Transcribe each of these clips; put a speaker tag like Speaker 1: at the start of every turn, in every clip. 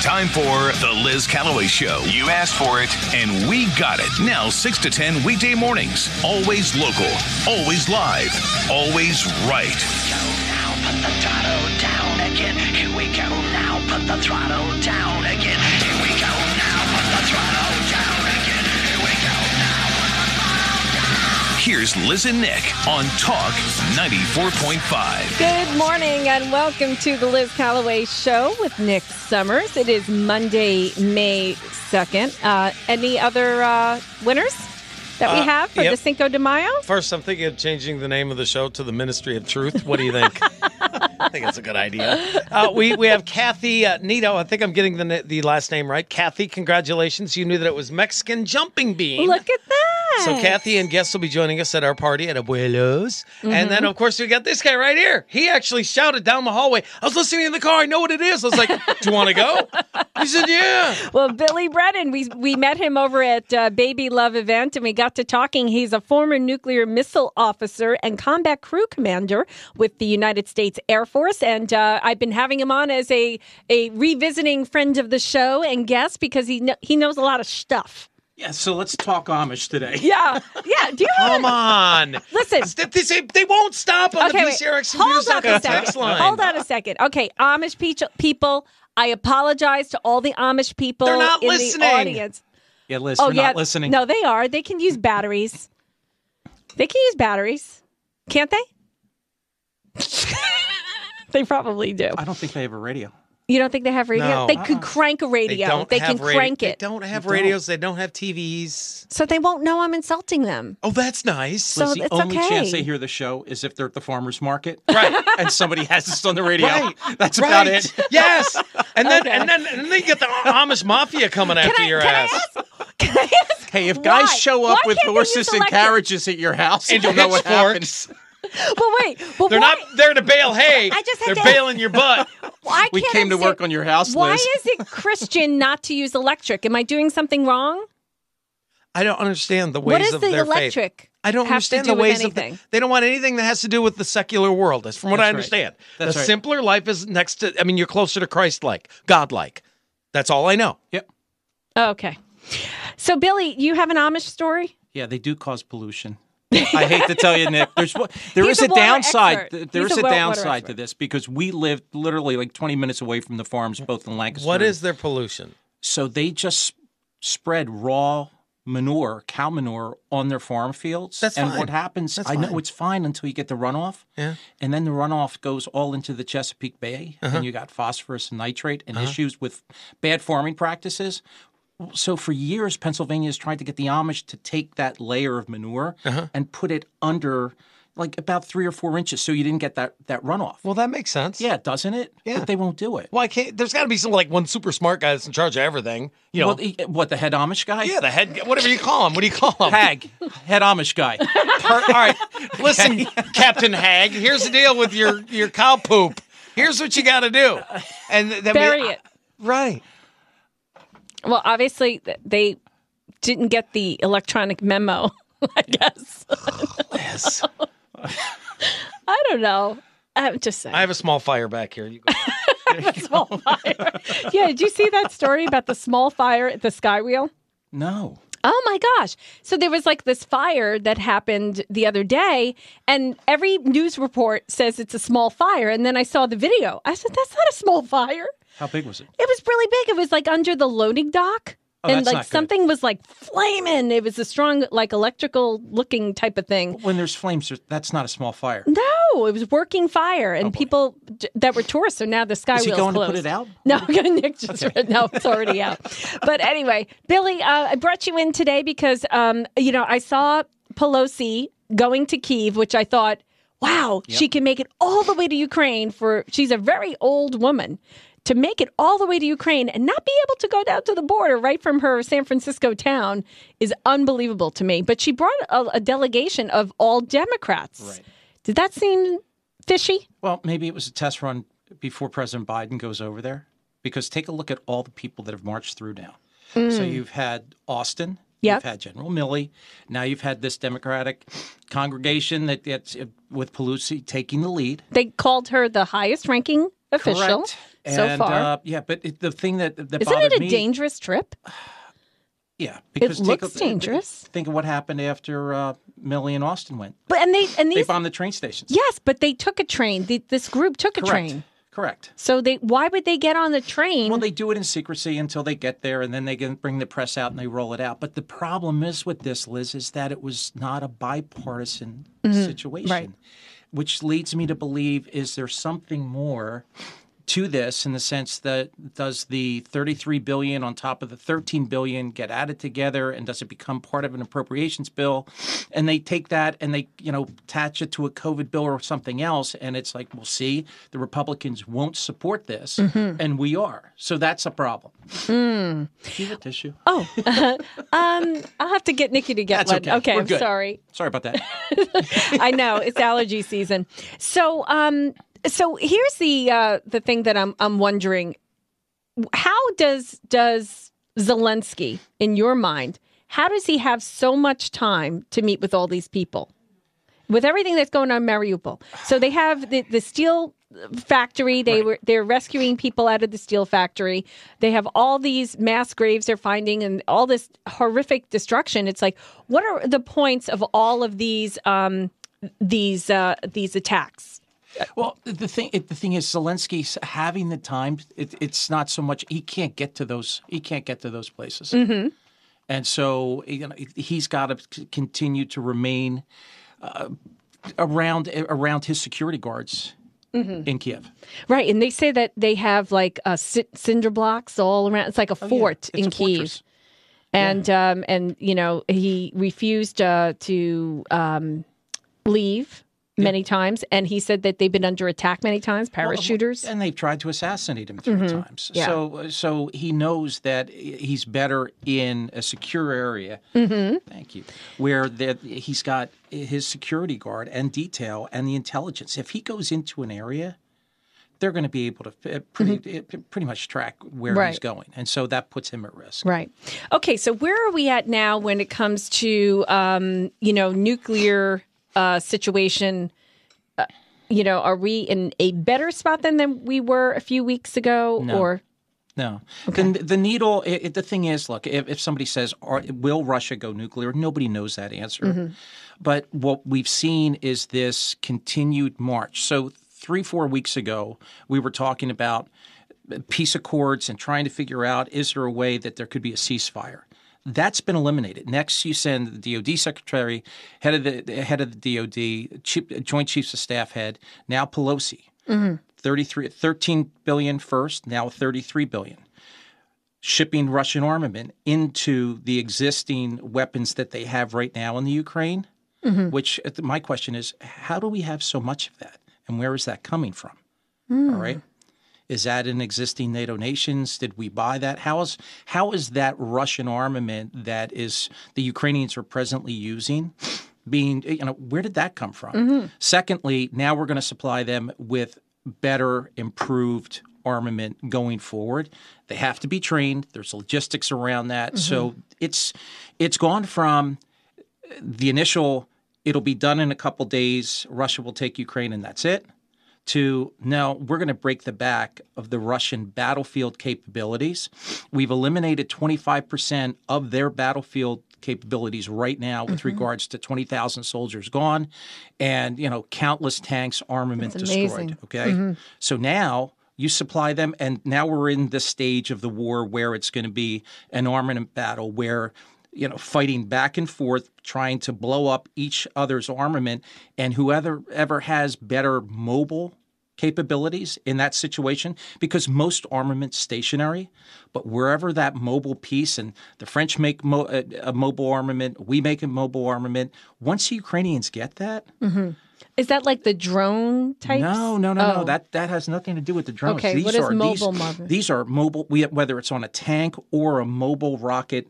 Speaker 1: time for The Liz Calloway Show. You asked for it, and we got it. Now, 6 to 10 weekday mornings. Always local, always live, always right.
Speaker 2: go now, put the throttle down again. Here we go now, put the throttle down again. Here we go now, put the throttle down again. Here we go now.
Speaker 1: Here's Liz and Nick on Talk 94.5.
Speaker 3: Good morning and welcome to the Liz Calloway Show with Nick Summers. It is Monday, May 2nd. Uh, any other uh, winners that we
Speaker 4: Uh,
Speaker 3: have for the
Speaker 4: yep.
Speaker 3: Cinco de Mayo?
Speaker 4: First, I'm thinking of changing the name of the show to the Ministry of Truth. What do you think? I think that's a good idea. Uh, we we have Kathy uh, Nito. I think I'm getting the na- the last name right. Kathy, congratulations! You knew that it was Mexican jumping bean.
Speaker 3: Look at that.
Speaker 4: so Kathy and guests will be joining us at our party at Abuelos, and
Speaker 3: Mm-hmm.
Speaker 4: then of course we got this guy right here. He actually shouted down the hallway. I was listening in the car. I know what it is. I was like, "Do you want to go?" He said, "Yeah."
Speaker 3: Well, Billy Brennan, we we met him over at uh, Baby Love event, and we got to talking. He's a former nuclear missile officer and combat crew commander with the United States Air Force, and uh, I've been having him on as a a revisiting friend of the show and guest because he kn- he knows a lot of stuff.
Speaker 5: Yeah, so let's talk Amish today.
Speaker 3: Yeah, yeah. Do you
Speaker 4: Come on.
Speaker 3: listen?
Speaker 4: They, they, they won't stop on
Speaker 3: Okay,
Speaker 4: the
Speaker 3: wait.
Speaker 4: PCRX
Speaker 3: hold on a
Speaker 4: text
Speaker 3: second.
Speaker 4: line.
Speaker 3: Hold on a second. Okay, Amish peach- people. I apologize to all the Amish people
Speaker 4: They're not
Speaker 3: in
Speaker 4: listening.
Speaker 3: the audience.
Speaker 5: Yeah, Liz,
Speaker 3: oh
Speaker 5: we're
Speaker 3: yeah,
Speaker 5: not listening.
Speaker 3: No, they are. They can use batteries. They can use batteries, can't they? they probably do.
Speaker 5: I don't think they have a radio.
Speaker 3: You don't think they have radio?
Speaker 4: No. Uh-uh.
Speaker 3: they could crank a radio.
Speaker 4: They don't
Speaker 3: can
Speaker 4: have radio-
Speaker 3: crank it,
Speaker 4: They don't have
Speaker 5: They don't.
Speaker 4: radios. They don't have TVs.
Speaker 3: so they won't know I'm insulting them.
Speaker 4: Oh, that's nice.
Speaker 3: So
Speaker 5: Liz, the
Speaker 3: it's
Speaker 5: only
Speaker 3: okay.
Speaker 5: chance they hear the show is if they're at the farmer's market
Speaker 4: Right.
Speaker 5: and somebody has this on the radio.
Speaker 4: Right.
Speaker 5: That's
Speaker 4: right.
Speaker 5: about it.
Speaker 4: Yes. And then
Speaker 3: Okay.
Speaker 4: and then and then you get the Amish mafia coming after
Speaker 3: I-
Speaker 4: your
Speaker 3: can I
Speaker 4: ass.
Speaker 3: Can I ask
Speaker 5: Hey, if
Speaker 3: why?
Speaker 5: guys show up
Speaker 3: Why
Speaker 5: with
Speaker 3: can't they
Speaker 5: horses
Speaker 3: use
Speaker 5: and
Speaker 3: electric-
Speaker 5: carriages at your house,
Speaker 4: And
Speaker 5: you'll know what
Speaker 4: pitchforks.
Speaker 5: happens.
Speaker 3: But wait, but
Speaker 4: They're
Speaker 3: why?
Speaker 4: not there to bail hay.
Speaker 3: I just had
Speaker 4: They're
Speaker 3: to-
Speaker 4: bailing your butt.
Speaker 3: I
Speaker 5: We
Speaker 3: can't
Speaker 5: came to
Speaker 3: understand-
Speaker 5: work on your house,
Speaker 3: Why
Speaker 5: Liz.
Speaker 3: is it Christian not to use electric? Am I doing something wrong?
Speaker 4: I don't understand the ways
Speaker 3: what is
Speaker 4: of
Speaker 3: the
Speaker 4: their faith.
Speaker 3: electric?
Speaker 4: I don't
Speaker 3: have to
Speaker 4: understand
Speaker 3: do
Speaker 4: the
Speaker 3: with
Speaker 4: ways
Speaker 3: anything?
Speaker 4: of the, they don't want anything that has to do with the secular world. That's from what
Speaker 5: That's
Speaker 4: I
Speaker 5: right.
Speaker 4: understand.
Speaker 5: That's
Speaker 4: the
Speaker 5: right.
Speaker 4: simpler life is next to. I mean, you're closer to Christ-like, God-like. That's all I know.
Speaker 5: Yep.
Speaker 3: Oh, Okay. So, Billy, you have an Amish story?
Speaker 5: Yeah, they do cause pollution. I hate to tell you, Nick. There's one- there
Speaker 3: He's
Speaker 5: is
Speaker 3: a
Speaker 5: a,
Speaker 3: water
Speaker 5: downside.
Speaker 3: expert.
Speaker 5: There
Speaker 3: He's
Speaker 5: is
Speaker 3: a
Speaker 5: a,
Speaker 3: wa- water
Speaker 5: downside to
Speaker 3: expert.
Speaker 5: this because we live literally like 20 minutes away from the farms, both in Lancaster.
Speaker 4: What
Speaker 5: and-
Speaker 4: is their pollution?
Speaker 5: So they just spread raw manure, cow manure, on their farm fields.
Speaker 4: That's
Speaker 5: and
Speaker 4: fine.
Speaker 5: what happens?
Speaker 4: That's
Speaker 5: I know
Speaker 4: fine.
Speaker 5: it's fine until you get the runoff.
Speaker 4: Yeah.
Speaker 5: And then the runoff goes all into the Chesapeake Bay,
Speaker 4: Uh-huh.
Speaker 5: and you got phosphorus and nitrate and issues with bad farming practices. So for years, Pennsylvania has tried to get the Amish to take that layer of manure
Speaker 4: Uh-huh.
Speaker 5: and put it under, like about three or four inches, so you didn't get that that runoff.
Speaker 4: Well, that makes sense.
Speaker 5: yeah, doesn't it?
Speaker 4: Yeah.
Speaker 5: But they won't do it.
Speaker 4: Why can't there's got to be some like one super smart guy that's in charge of everything? You know,
Speaker 5: Well, the- what the head Amish guy?
Speaker 4: yeah, the head, whatever you call him. What do you call him?
Speaker 5: Hag, head Amish guy.
Speaker 4: Per- all right, listen, Captain Hag. Here's the deal with your your cow poop. Here's what you got to do, and th- that
Speaker 3: Bury
Speaker 4: may-
Speaker 3: it.
Speaker 4: Right.
Speaker 3: Well, obviously, th- they didn't get the electronic memo, I guess.
Speaker 4: Yes.
Speaker 3: I don't know. I'm just saying.
Speaker 4: I have a small fire back here. You go.
Speaker 3: small fire. yeah, did you see that story about the small fire at the Skywheel?
Speaker 5: No.
Speaker 3: Oh my gosh. So there was like this fire that happened the other day, and every news report says it's a small fire. And then I saw the video. I said, that's not a small fire.
Speaker 5: How big was it?
Speaker 3: It was really big. It was like under the loading dock.
Speaker 5: Oh,
Speaker 3: and
Speaker 5: that's
Speaker 3: like
Speaker 5: not good.
Speaker 3: something was like flaming. It was a strong, like electrical looking type of thing.
Speaker 5: When there's flames, there- that's not a small fire.
Speaker 3: No, it was working fire, and people d- that were tourists. So now the sky
Speaker 5: Oh, Is he
Speaker 3: wheel's
Speaker 5: going to put
Speaker 3: closed.
Speaker 5: it out?
Speaker 3: No, Nick just read. No, it's already out. But anyway, Billy, uh, I brought you in today because um, you know I saw Pelosi going to Kiev, which I thought, wow, she can make it all the way to Ukraine. For she's a very old woman. To make it all the way to Ukraine and not be able to go down to the border right from her San Francisco town is unbelievable to me. But she brought a, a delegation of all Democrats.
Speaker 5: Right.
Speaker 3: Did that seem fishy?
Speaker 5: Well, maybe it was a test run before President Biden goes over there. Because take a look at all the people that have marched through now. So you've had Austin,
Speaker 3: Mm. Yep.
Speaker 5: you've had General Milley, now you've had this Democratic congregation that that's with Pelosi taking the lead.
Speaker 3: They called her the highest ranking official.
Speaker 5: Correct.
Speaker 3: So
Speaker 5: And,
Speaker 3: far.
Speaker 5: uh, yeah. But it, the thing that that
Speaker 3: Isn't
Speaker 5: bothered
Speaker 3: it a
Speaker 5: me,
Speaker 3: dangerous trip?
Speaker 5: yeah, because take
Speaker 3: looks
Speaker 5: a-
Speaker 3: dangerous.
Speaker 5: Think of what happened after uh, Millie and Austin went.
Speaker 3: But and they and
Speaker 5: They
Speaker 3: these
Speaker 5: bombed the train stations.
Speaker 3: yes, but they took a train. The, this group took a
Speaker 5: correct.
Speaker 3: train.
Speaker 5: Correct.
Speaker 3: So they why would they get on the train?
Speaker 5: Well, they do it in secrecy until they get there, and then they can bring the press out and they roll it out. But the problem is with this, Liz, is that it was not a bipartisan situation,
Speaker 3: Mm-hmm. Right.
Speaker 5: which leads me to believe is there something more to this in the sense that does the 33 billion on top of the 13 billion get added together and does it become part of an appropriations bill and they take that and they you know attach it to a covid bill or something else and it's like well see the republicans won't support this and we are so that's a problem Do you have a tissue
Speaker 3: oh, um, I'll have to get Nikki to get
Speaker 5: That's
Speaker 3: one.
Speaker 5: okay. We're
Speaker 3: I'm
Speaker 5: good.
Speaker 3: sorry.
Speaker 5: sorry about that
Speaker 3: I know it's allergy season. So, um, so here's the uh, the thing that I'm I'm wondering: how does does Zelensky, in your mind, how does he have so much time to meet with all these people, with everything that's going on in Mariupol? So they have the the steel factory. They were they're rescuing people out of the steel factory. They have all these mass graves they're finding and all this horrific destruction. It's like, what are the points of all of these um, these uh, these attacks?
Speaker 5: Well, the thing it, the thing is, Zelensky's having the time. It, it's not so much he can't get to those he can't get to those places, and so you know he's got to continue to remain uh, around around his security guards in Kiev.
Speaker 3: Right, and they say that they have like uh, c- cinder blocks all around. It's like a fort
Speaker 5: Oh, It's
Speaker 3: in
Speaker 5: a
Speaker 3: Kiev,
Speaker 5: fortress.
Speaker 3: and um, and you know he refused uh, to um, leave many times, and he said that they've been under attack many times, parachuters.
Speaker 5: and they've tried to assassinate him 3 times.
Speaker 3: Mm-hmm. Yeah.
Speaker 5: So, so he knows that he's better in a secure area.
Speaker 3: Mm-hmm.
Speaker 5: Thank you. Where that he's got his security guard and detail and the intelligence. If he goes into an area, they're going to be able to uh, pretty uh, pretty much track where
Speaker 3: Mm-hmm.
Speaker 5: he's
Speaker 3: Right.
Speaker 5: going, and so that puts him at risk.
Speaker 3: Right. Okay. So where are we at now when it comes to um, you know nuclear uh, situation? Uh, you know, are we in a better spot than than we were a few weeks ago? Or
Speaker 5: No. The, the needle, it, it- the thing is, look, if, if somebody says, Are, will Russia go nuclear? Nobody knows that answer. But what we've seen is this continued march. So, three, four weeks ago, we were talking about peace accords and trying to figure out is there a way that there could be a ceasefire. That's been eliminated. Next, you send the DoD secretary, head of the- the head of the DoD, chief, Joint Chiefs of Staff head, now Pelosi. 33 13 billion first now 33 billion shipping russian armament into the existing weapons that they have right now in the ukraine which uh, my question is how do we have so much of that and where is that coming from all right is that in existing NATO nations? Did we buy that? How is how is that Russian armament that is the Ukrainians are presently using being you know where did that come from? Secondly, now we're going to supply them with better improved armament going forward. They have to be trained. There's logistics around that. So it's it's gone from the initial it'll be done in a couple days, Russia will take Ukraine and that's it to no, we're going to break the back of the Russian battlefield capabilities. We've eliminated 25% of their battlefield capabilities right now with regards to 20,000 soldiers gone and, you know, countless tanks, armament destroyed,
Speaker 3: amazing.
Speaker 5: okay? So now you supply them and now we're in the stage of the war where it's going to be an armament battle where you know, fighting back and forth, trying to blow up each other's armament, and whoever ever has better mobile capabilities in that situation, because most armament's stationary, but wherever that mobile piece and the French make mo- a, a mobile armament, we make a mobile armament. Once the Ukrainians get that,
Speaker 3: is that like the drone types?
Speaker 5: no, no, no,
Speaker 3: Oh.
Speaker 5: no. That that has nothing to do with the drones.
Speaker 3: Okay,
Speaker 5: these
Speaker 3: what is
Speaker 5: are
Speaker 3: mobile
Speaker 5: these,
Speaker 3: mother-
Speaker 5: these are mobile. We, whether it's on a tank or a mobile rocket.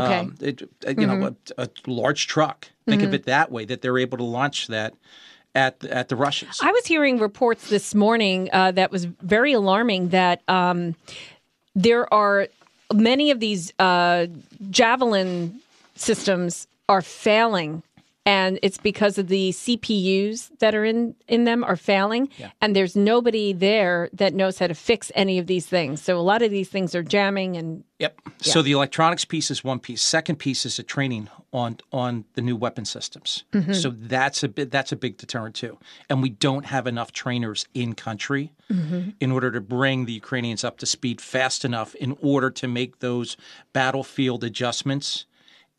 Speaker 3: Okay. Mm-hmm.
Speaker 5: um, it- uh, you know, a, a large truck. Think of it that way. That they're able to launch that at the- at the Russians.
Speaker 3: I was hearing reports this morning uh, that was very alarming that um, there are many of these uh, javelin systems are failing and it's because of the CPUs that are in in them are failing, and there's nobody there that knows how to fix any of these things. So a lot of these things are jamming, and
Speaker 5: Yep. So the electronics piece is one piece. Second piece is the training on on the new weapon systems. So that's a bit that's a big deterrent too. And we don't have enough trainers in country in order to bring the Ukrainians up to speed fast enough in order to make those battlefield adjustments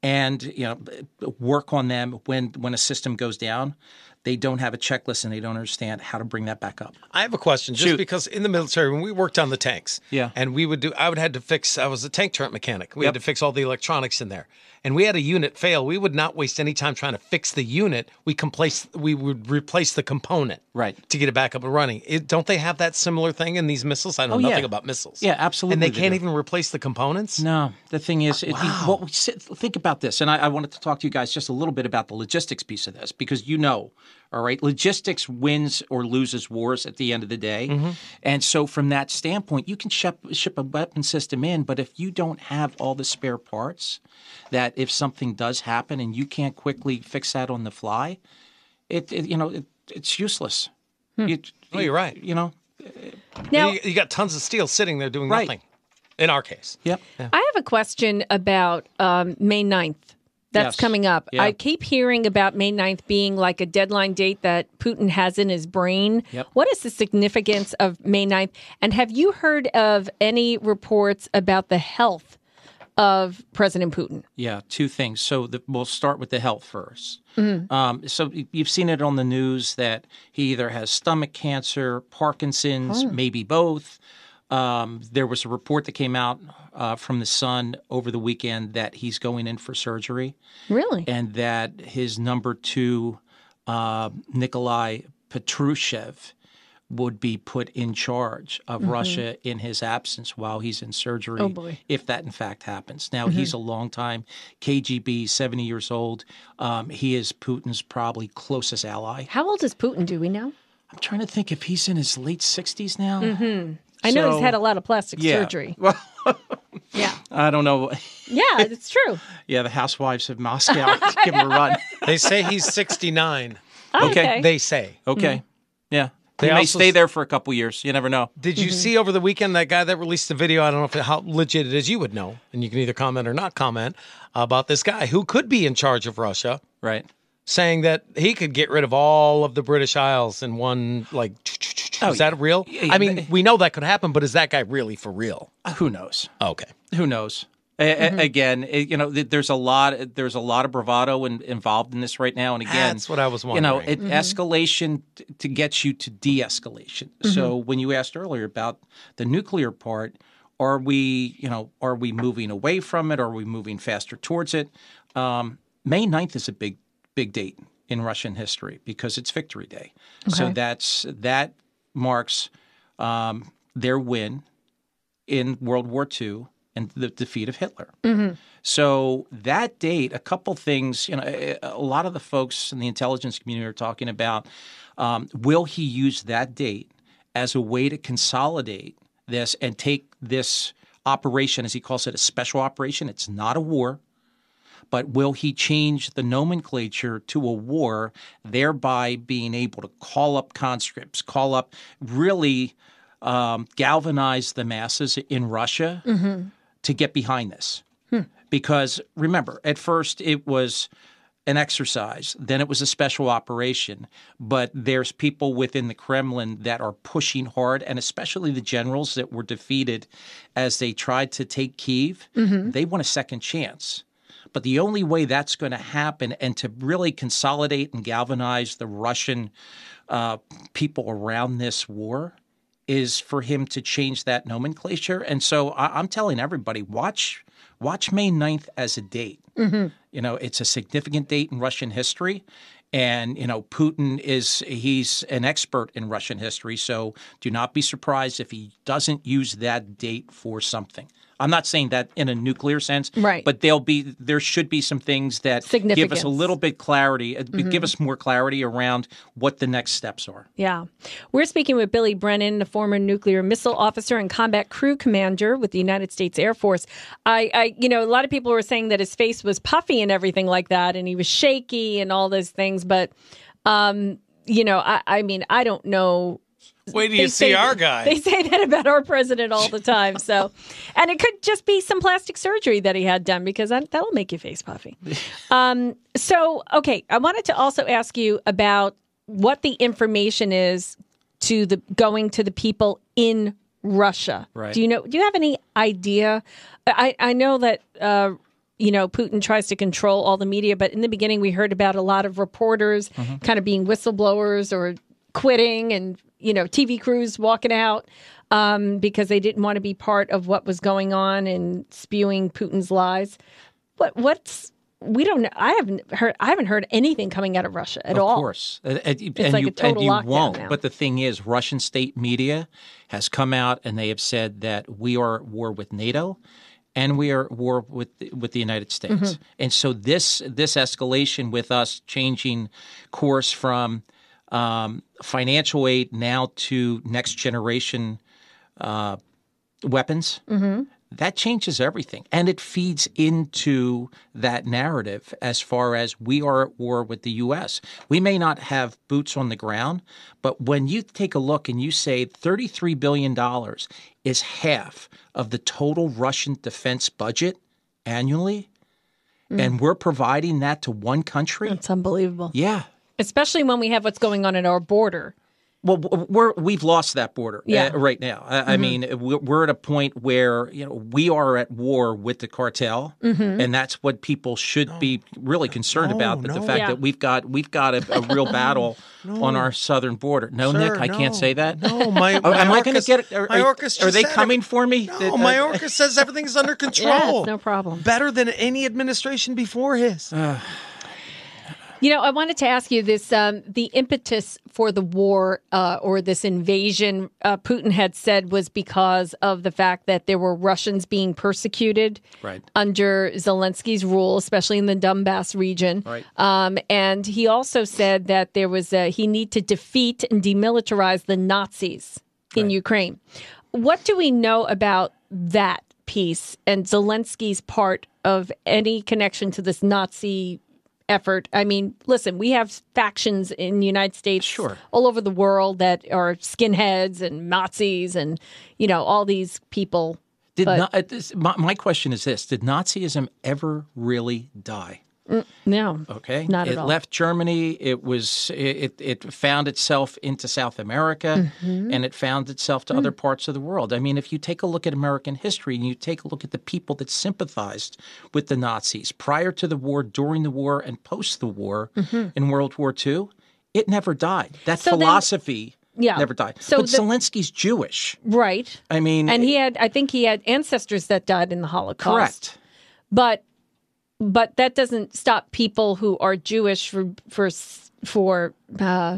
Speaker 5: and you know work on them when when a system goes down. They don't have a checklist and they don't understand how to bring that back up.
Speaker 4: I have a question, just because in the military when we worked on the tanks,
Speaker 5: Yeah.
Speaker 4: and we would do, I would had to fix. I was a tank turret mechanic. We had to fix all the electronics in there, and we had a unit fail. We would not waste any time trying to fix the unit. We complace, we would replace the component,
Speaker 5: Right.
Speaker 4: to get it back up and running. It, don't they have that similar thing in these missiles? I know
Speaker 5: Oh, yeah.
Speaker 4: nothing about missiles.
Speaker 5: Yeah, absolutely
Speaker 4: And they
Speaker 5: they
Speaker 4: can't
Speaker 5: do.
Speaker 4: even replace the components.
Speaker 5: No, the thing is, it, what we sit, think about this, and I, I wanted to talk to you guys just a little bit about the logistics piece of this because you know, all right, logistics wins or loses wars at the end of the day,
Speaker 4: Mm-hmm.
Speaker 5: and so from that standpoint, you can ship ship a weapon system in, but if you don't have all the spare parts, that if something does happen and you can't quickly fix that on the fly, it, it you know it, it's useless. It-
Speaker 4: Oh, you're right.
Speaker 5: You know,
Speaker 3: now
Speaker 4: you, you got tons of steel sitting there doing
Speaker 5: Right.
Speaker 4: nothing. In our case,
Speaker 5: yep.
Speaker 3: I have a question about um, May 9th. That's
Speaker 5: Yes.
Speaker 3: coming up.
Speaker 5: Yeah.
Speaker 3: I keep hearing about May 9th being like a deadline date that Putin has in his brain.
Speaker 5: Yep.
Speaker 3: What is the significance of May 9th? And have you heard of any reports about the health of President Putin?
Speaker 5: Yeah, two things. So the, we'll start with the health 1st Um, so y- you've seen it on the news that he either has stomach cancer, Parkinson's, maybe both. Um, there was a report that came out uh, from the Sun over the weekend that he's going in for surgery
Speaker 3: Really?
Speaker 5: and that his number two, uh, Nikolai Petrushev, would be put in charge of Russia in his absence while he's in surgery,
Speaker 3: Mm-hmm. Oh, boy. Mm-hmm.
Speaker 5: if that in fact happens. Now, he's a long time KGB, 70 years old. Um, he is Putin's probably closest ally.
Speaker 3: How old is Putin? Do we know?
Speaker 5: I'm trying to think if he's in his late 60s now.
Speaker 3: Mm-hmm. I know he's
Speaker 5: So-
Speaker 3: had a lot of plastic
Speaker 5: Yeah.
Speaker 3: surgery.
Speaker 5: Well,
Speaker 3: Yeah.
Speaker 5: I don't know.
Speaker 3: Yeah, it's true.
Speaker 5: Yeah, the housewives of Moscow give him a run.
Speaker 4: they say he's 69.
Speaker 3: Okay. Mm.
Speaker 4: They say.
Speaker 5: Okay. Yeah.
Speaker 4: They
Speaker 5: They may
Speaker 4: also
Speaker 5: stay
Speaker 4: s-
Speaker 5: there for a couple years. You never know.
Speaker 4: Did you see over the weekend that guy that released the video? I don't know if how legit it is. You would know, and you can either comment or not comment about this guy who could be in charge of Russia,
Speaker 5: Right.
Speaker 4: saying that he could get rid of all of the British Isles in one. Like,
Speaker 5: Oh,
Speaker 4: is that real?
Speaker 5: yeah,
Speaker 4: I mean,
Speaker 5: they-
Speaker 4: we know that could happen, but is that guy really for real?
Speaker 5: Uh, Who knows?
Speaker 4: Okay,
Speaker 5: Who knows? A-
Speaker 4: Mm-hmm.
Speaker 5: a- Again, it- you know, th- there's a lot. There's a lot of bravado in, involved in this right now. And again,
Speaker 4: That's what I was
Speaker 5: You know,
Speaker 4: wondering. Mm-hmm.
Speaker 5: it, escalation t- to get you to de-escalation.
Speaker 4: Mm-hmm.
Speaker 5: So when you asked earlier about the nuclear part, are we, you know, are we moving away from it? Are we moving faster towards it? Um, May 9th is a big, big date in Russian history because it's Victory Day. So
Speaker 3: Okay.
Speaker 5: that's that marks um, their win in World War II and the defeat of Hitler. So that date, a couple things, you know, a a lot of the folks in the intelligence community are talking about um, will he use that date as a way to consolidate this and take this operation, as he calls it, a special operation? It's not a war. But will he change the nomenclature to a war, thereby being able to call up conscripts, call up, really um, galvanize the masses in Russia to get behind this? because remember, at first it was an exercise, then it was a special operation. But there's people within the Kremlin that are pushing hard, and especially the generals that were defeated as they tried to take Kiev. They want a second chance. But the only way that's going to happen and to really consolidate and galvanize the Russian uh, people around this war is for him to change that nomenclature. And so I, I'm telling everybody, watch watch May 9th as a date.
Speaker 3: Mm-hmm.
Speaker 5: You know, it's a significant date in Russian history. And you know, Putin is he's an expert in Russian history, so do not be surprised if he doesn't use that date for something. I'm not saying that in a nuclear sense,
Speaker 3: Right.
Speaker 5: But there'll be there should be some things that give us
Speaker 3: Significance. Mm-hmm.
Speaker 5: a little bit clarity, uh, give us more clarity around what the next steps are.
Speaker 3: Yeah. We're speaking with Billy Brennan, the former nuclear missile officer and combat crew commander with the United States Air Force. I, I you know, a lot of people were saying that his face was puffy and everything like that, and he was shaky and all those things. But, um, you know, I, I mean, I don't know
Speaker 4: Wait till you
Speaker 3: say-
Speaker 4: see our guy.
Speaker 3: They say that about our president all the time. So, and it could just be some plastic surgery that he had done because that, that'll make your face puffy. Um, so, okay, I wanted to also ask you about what the information is to the going to the people in Russia.
Speaker 5: Right.
Speaker 3: Do you know? Do you have any idea? I I know that. Uh, you know, Putin tries to control all the media, but in the beginning, we heard about a lot of reporters
Speaker 5: Mm-hmm.
Speaker 3: kind of being whistleblowers or quitting and, you know, TV crews walking out um, because they didn't want to be part of what was going on and spewing Putin's lies. What, what's, we don't know. I haven't heard, I haven't heard anything coming out of Russia at
Speaker 5: Of
Speaker 3: all.
Speaker 5: course, and, and you,
Speaker 3: like a total
Speaker 5: and you
Speaker 3: lockdown
Speaker 5: won't.
Speaker 3: now.
Speaker 5: But the thing is, Russian state media has come out and they have said that we are at war with NATO, and we are at war with with the United States.
Speaker 3: Mm-hmm.
Speaker 5: And so this this escalation with us changing course from um, financial aid now to next generation uh, weapons that changes everything and it feeds into that narrative as far as we are at war with the US. We may not have boots on the ground, but when you take a look and you say 33 billion dollars is half of the total Russian defense budget annually and we're providing that to one country?
Speaker 3: It's unbelievable.
Speaker 5: Yeah.
Speaker 3: Especially when we have what's going on at our border.
Speaker 5: Well, w- we're we've lost that border uh,
Speaker 3: Yeah. Mm-hmm.
Speaker 5: right now. I, I mean, we're, we're at a point where you know we are at war with the cartel,
Speaker 3: Mm-hmm.
Speaker 5: and that's what people should be really concerned about. But the fact
Speaker 3: Yeah.
Speaker 5: that we've got we've got a, a real battle on our southern border. No,
Speaker 4: Sir,
Speaker 5: Nick, I can't
Speaker 4: no.
Speaker 5: say that.
Speaker 4: No, my,
Speaker 5: Oh,
Speaker 4: my
Speaker 5: am I going to
Speaker 4: orcas-
Speaker 5: get it? Are,
Speaker 4: my
Speaker 5: are-
Speaker 4: orcas
Speaker 5: are they
Speaker 4: just said
Speaker 5: coming
Speaker 4: it.
Speaker 5: for me?
Speaker 4: No,
Speaker 5: That-
Speaker 4: my
Speaker 5: uh,
Speaker 4: orcas says everything's under control.
Speaker 3: no problem.
Speaker 4: Better than any administration before his.
Speaker 5: Uh,
Speaker 3: You know, I wanted to ask you this: um, the impetus for the war uh, or this invasion, uh, Putin had said, was because of the fact that there were Russians being persecuted
Speaker 5: Right.
Speaker 3: under Zelensky's rule, especially in the Donbass region.
Speaker 5: Right.
Speaker 3: Um, and he also said that there was a, he need to defeat and demilitarize the Nazis in Ukraine. What do we know about that piece and Zelensky's part of any connection to this Nazi effort? I mean, listen, we have factions in the United States
Speaker 5: Sure.
Speaker 3: all over the world that are skinheads and Nazis and, you know, all these people.
Speaker 5: Did not, uh, this- my, my question is this: Did Nazism ever really die?
Speaker 3: No.
Speaker 5: Okay,
Speaker 3: Not
Speaker 5: it
Speaker 3: at all.
Speaker 5: left Germany. It was it it found itself into South America,
Speaker 3: Mm-hmm.
Speaker 5: and it found itself
Speaker 3: Hmm.
Speaker 5: to other parts of the world. I mean, if you take a look at American history and you take a look at the people that sympathized with the Nazis prior to the war, during the war, and post the war in World War II, it never died. That
Speaker 3: Mm-hmm. So then-
Speaker 5: philosophy.
Speaker 3: Yeah.
Speaker 5: Never died.
Speaker 3: So
Speaker 5: but
Speaker 3: the-
Speaker 5: Zelensky's Jewish.
Speaker 3: Right.
Speaker 5: I mean,
Speaker 3: and he had i think he had ancestors that died in the holocaust
Speaker 5: correct.
Speaker 3: but but that doesn't stop people who are jewish for for s- for uh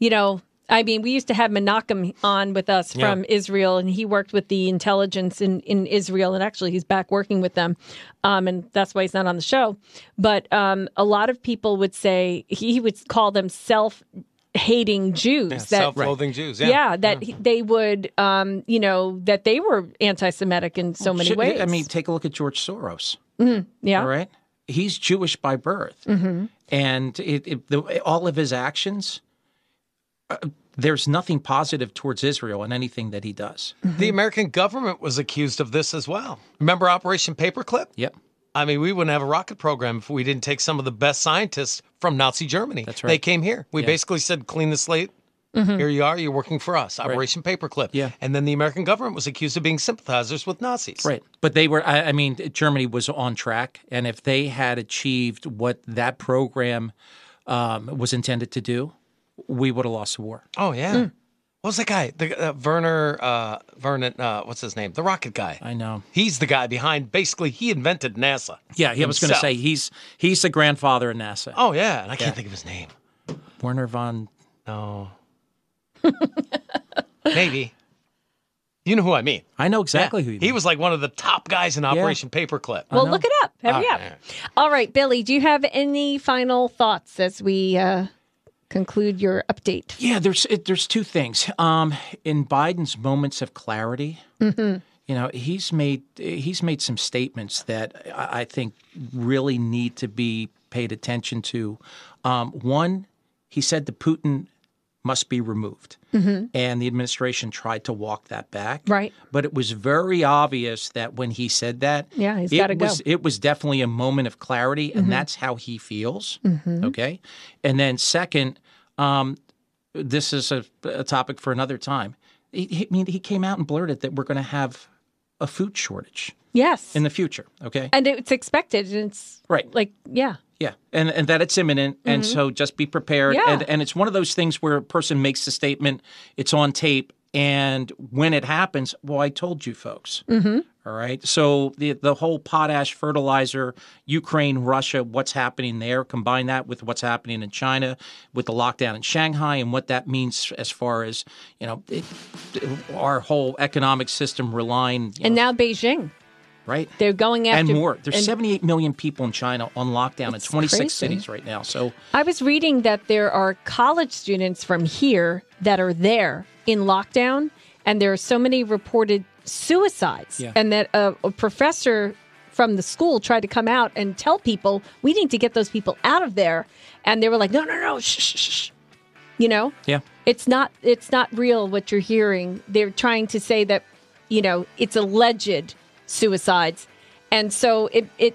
Speaker 3: you know i mean we used to have menachem on with us from israel and he worked with the intelligence in in israel and actually he's back working with them um and that's why he's not on the show but um a lot of people would say he would call them self hating jews that
Speaker 4: Self-loathing Jews.
Speaker 3: yeah, that he- they would, um, you know, that they were anti-Semitic in so many
Speaker 5: Should-
Speaker 3: ways.
Speaker 5: I mean, take a look at George Soros.
Speaker 3: yeah,
Speaker 5: All right. He's Jewish by birth. And it, it, the, all of his actions, uh, there's nothing positive towards Israel in anything that he does.
Speaker 4: The American government was accused of this as well. Remember Operation Paperclip?
Speaker 5: Yep.
Speaker 4: I mean, we wouldn't have a rocket program if we didn't take some of the best scientists from Nazi Germany. That's
Speaker 5: right. Mm-hmm.
Speaker 4: They came here. We basically said, clean the slate. Here you are. You're working for us. Operation Paperclip.
Speaker 5: Yeah.
Speaker 4: And then the American government was accused of being sympathizers with Nazis.
Speaker 5: Right. But they were, I, I mean, Germany was on track. And if they had achieved what that program um, was intended to do, we would have lost the war.
Speaker 4: Oh, yeah.
Speaker 5: Mm.
Speaker 4: What was that guy? The uh, Werner, uh, Vernon, uh, what's his name? The rocket guy.
Speaker 5: I know.
Speaker 4: He's the guy behind, basically, he invented NASA.
Speaker 5: Yeah, I was going to
Speaker 4: himself.
Speaker 5: say he's he's the grandfather of NASA.
Speaker 4: Oh, yeah. And I can't think of his name.
Speaker 5: Werner von
Speaker 4: No. Maybe. You know who I mean.
Speaker 5: I know exactly who you
Speaker 4: He
Speaker 5: mean.
Speaker 4: was like one of the top guys in Operation Paperclip.
Speaker 3: Well, look it up. Hurry
Speaker 5: Ah.
Speaker 4: Okay.
Speaker 3: up. All right, Billy, do you have any final thoughts as we uh, conclude your update?
Speaker 5: Yeah, there's it, there's two things. Um, in Biden's moments of clarity, you know, he's made he's made some statements that I, I think really need to be paid attention to. Um, one, he said the Putin must be removed, and the administration tried to walk that back.
Speaker 3: Right.
Speaker 5: but it was very obvious that when he said that,
Speaker 3: Yeah, he's
Speaker 5: it
Speaker 3: gotta go. Mm-hmm.
Speaker 5: was it was definitely a moment of clarity, and that's how he feels. Okay, and then second, um, this is a, a topic for another time. He, he- I mean, he came out and blurted that we're going to have a food shortage
Speaker 3: Yes.
Speaker 5: in the future. Okay,
Speaker 3: and it's expected. And it's
Speaker 5: right?
Speaker 3: like, yeah.
Speaker 5: Yeah, and and that it's imminent, and so just be prepared.
Speaker 3: Mm-hmm. Yeah.
Speaker 5: And and it's one of those things where a person makes the statement, it's on tape, and when it happens, well, I told you folks. Mm-hmm. right, so the the whole potash fertilizer, Ukraine, Russia, what's happening there? Combine that with what's happening in China, with the lockdown in Shanghai, and what that means as far as you know, it, our whole economic system relying. you
Speaker 3: And
Speaker 5: know,
Speaker 3: now Beijing,
Speaker 5: right
Speaker 3: they're going after
Speaker 5: and more. There's
Speaker 3: and
Speaker 5: 78 million people in China on lockdown in
Speaker 3: It's
Speaker 5: 26
Speaker 3: crazy.
Speaker 5: cities right now. So
Speaker 3: I was reading that there are college students from here that are there in lockdown, and there are so many reported suicides,
Speaker 5: Yeah.
Speaker 3: and that a, a professor from the school tried to come out and tell people we need to get those people out of there, and they were like, no, no, no, shh, shh, shh, shh. you know,
Speaker 5: yeah,
Speaker 3: it's not it's not real what you're hearing they're trying to say that you know it's alleged suicides and so it it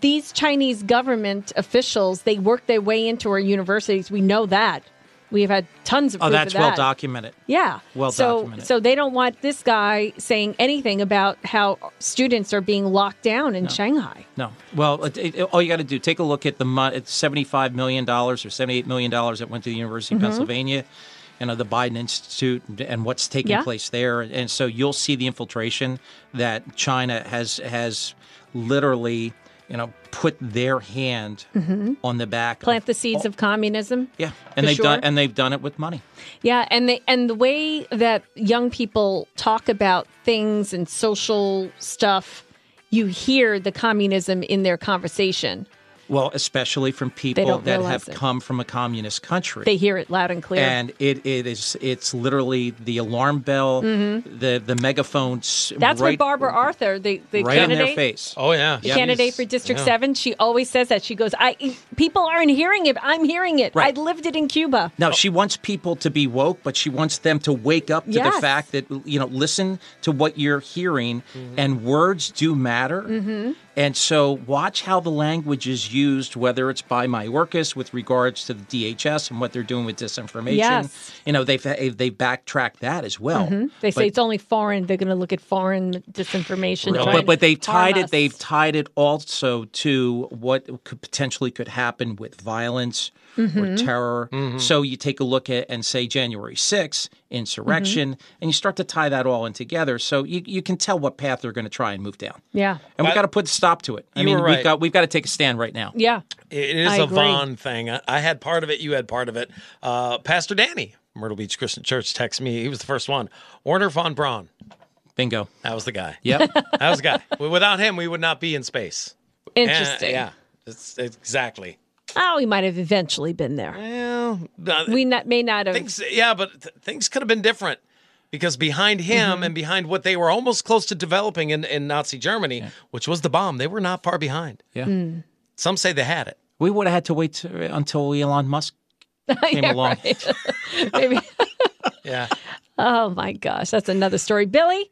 Speaker 3: these chinese government officials they work their way into our universities we know that we've had tons of
Speaker 5: oh,
Speaker 3: proof
Speaker 5: that's
Speaker 3: of
Speaker 5: well
Speaker 3: that.
Speaker 5: documented.
Speaker 3: yeah
Speaker 5: Well
Speaker 3: so
Speaker 5: documented.
Speaker 3: so they don't want this guy saying anything about how students are being locked down in shanghai
Speaker 5: No, well, it, it- all you got to do take a look at the mon- at 75 million dollars or 78 million dollars that went to the University
Speaker 3: Mm-hmm.
Speaker 5: of Pennsylvania. You know the Biden Institute and- and what's taking
Speaker 3: Yeah.
Speaker 5: place there, and so you'll see the infiltration that China has has literally, you know, put their hand on the back.
Speaker 3: Mm-hmm. plant the seeds of communism
Speaker 5: Oh. yeah, and
Speaker 3: for
Speaker 5: they've done
Speaker 3: sure.
Speaker 5: and they've done it with money.
Speaker 3: Yeah, and the and the way that young people talk about things and social stuff, you hear the communism in their conversation.
Speaker 5: Well, especially from people
Speaker 3: don't
Speaker 5: that
Speaker 3: realize
Speaker 5: have
Speaker 3: it.
Speaker 5: come from a communist country.
Speaker 3: They hear it loud and clear.
Speaker 5: and it, it is it's literally the alarm bell, the the megaphone. s-
Speaker 3: Mm-hmm. That's
Speaker 5: right,
Speaker 3: what Barbara Arthur, the, the
Speaker 5: right in
Speaker 3: candidate,
Speaker 5: their face.
Speaker 4: Oh yeah.
Speaker 3: the candidate for District Seven, she always says that. She goes, "I people aren't hearing it. I'm hearing it.
Speaker 5: Right.
Speaker 3: I lived it in Cuba."
Speaker 5: No, she wants people to be woke, but she wants them to wake up to
Speaker 3: Yes.
Speaker 5: the fact that you know, listen to what you're hearing,
Speaker 3: Mm-hmm.
Speaker 5: and words do matter. And so, watch how the language is used, whether it's by Mayorkas with regards to the DHS and what they're doing with disinformation.
Speaker 3: Yes. Mm-hmm.
Speaker 5: You know, they've they backtracked that as well.
Speaker 3: They say
Speaker 5: But-
Speaker 3: it's only foreign. They're going to look at foreign disinformation.
Speaker 5: No,
Speaker 3: trying
Speaker 5: but but
Speaker 3: to
Speaker 5: they've
Speaker 3: harm
Speaker 5: tied it.
Speaker 3: us.
Speaker 5: They've tied it also to what could potentially could happen with violence or terror.
Speaker 4: Mm-hmm.
Speaker 5: So you take a look at and say January 6th, insurrection, and you start to tie that all in together. So you, you can tell what path they're going to try and move down.
Speaker 3: yeah,
Speaker 5: And we've got to put a stop to it. I
Speaker 4: You
Speaker 5: mean,
Speaker 4: were right.
Speaker 5: we've got we've got to take a stand right now.
Speaker 3: yeah.
Speaker 4: It is
Speaker 3: I
Speaker 4: a
Speaker 3: agree.
Speaker 4: Vaughn thing. I, I had part of it. You had part of it. Uh, Pastor Danny, Myrtle Beach Christian Church, texted me. He was the first one. Werner von Braun.
Speaker 5: Bingo.
Speaker 4: That was the guy.
Speaker 5: Yep.
Speaker 4: That was the guy. We- Without him, we would not be in space. And-
Speaker 3: Interesting.
Speaker 4: yeah. It's, exactly.
Speaker 3: Oh, we might have eventually been there.
Speaker 4: Well, uh,
Speaker 3: We not, may not have.
Speaker 4: things. Yeah, but th- things could have been different because behind him and behind what they were almost close to developing in, in Nazi Germany, which was the bomb, they were not far behind.
Speaker 5: yeah.
Speaker 4: Some say they had it.
Speaker 5: We would have had to wait to- until Elon Musk came
Speaker 3: Yeah,
Speaker 5: along.
Speaker 3: right. Maybe.
Speaker 4: Yeah.
Speaker 3: Oh my gosh, that's another story. Billy,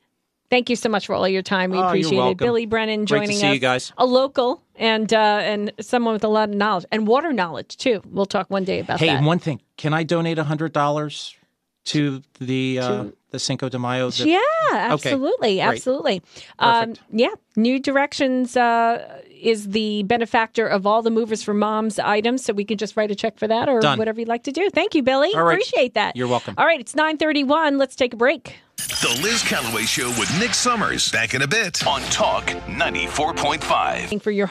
Speaker 3: thank you so much for all your time. We
Speaker 5: Oh, you're
Speaker 3: appreciate it.
Speaker 5: welcome.
Speaker 3: Billy Brennan
Speaker 5: Great to
Speaker 3: joining
Speaker 5: see
Speaker 3: us,
Speaker 5: you guys.
Speaker 3: a local and uh, and someone with a lot of knowledge and water knowledge too. We'll talk one day about
Speaker 5: Hey,
Speaker 3: that.
Speaker 5: and one thing, can I donate hundred dollars to the uh, the Cinco de Mayo? the-
Speaker 3: yeah, absolutely, absolutely. Um,
Speaker 5: Perfect.
Speaker 3: yeah, New Directions uh, is the benefactor of all the Movers for Moms items, so we can just write a check for that or
Speaker 5: Done.
Speaker 3: whatever you'd like to do. Thank you, Billy.
Speaker 5: All right.
Speaker 3: Appreciate that.
Speaker 5: You're welcome.
Speaker 3: All right, it's nine thirty-one. Let's take a break.
Speaker 1: The Liz Callaway Show with Nick Summers. Back in a bit on Talk 94.5.
Speaker 3: for your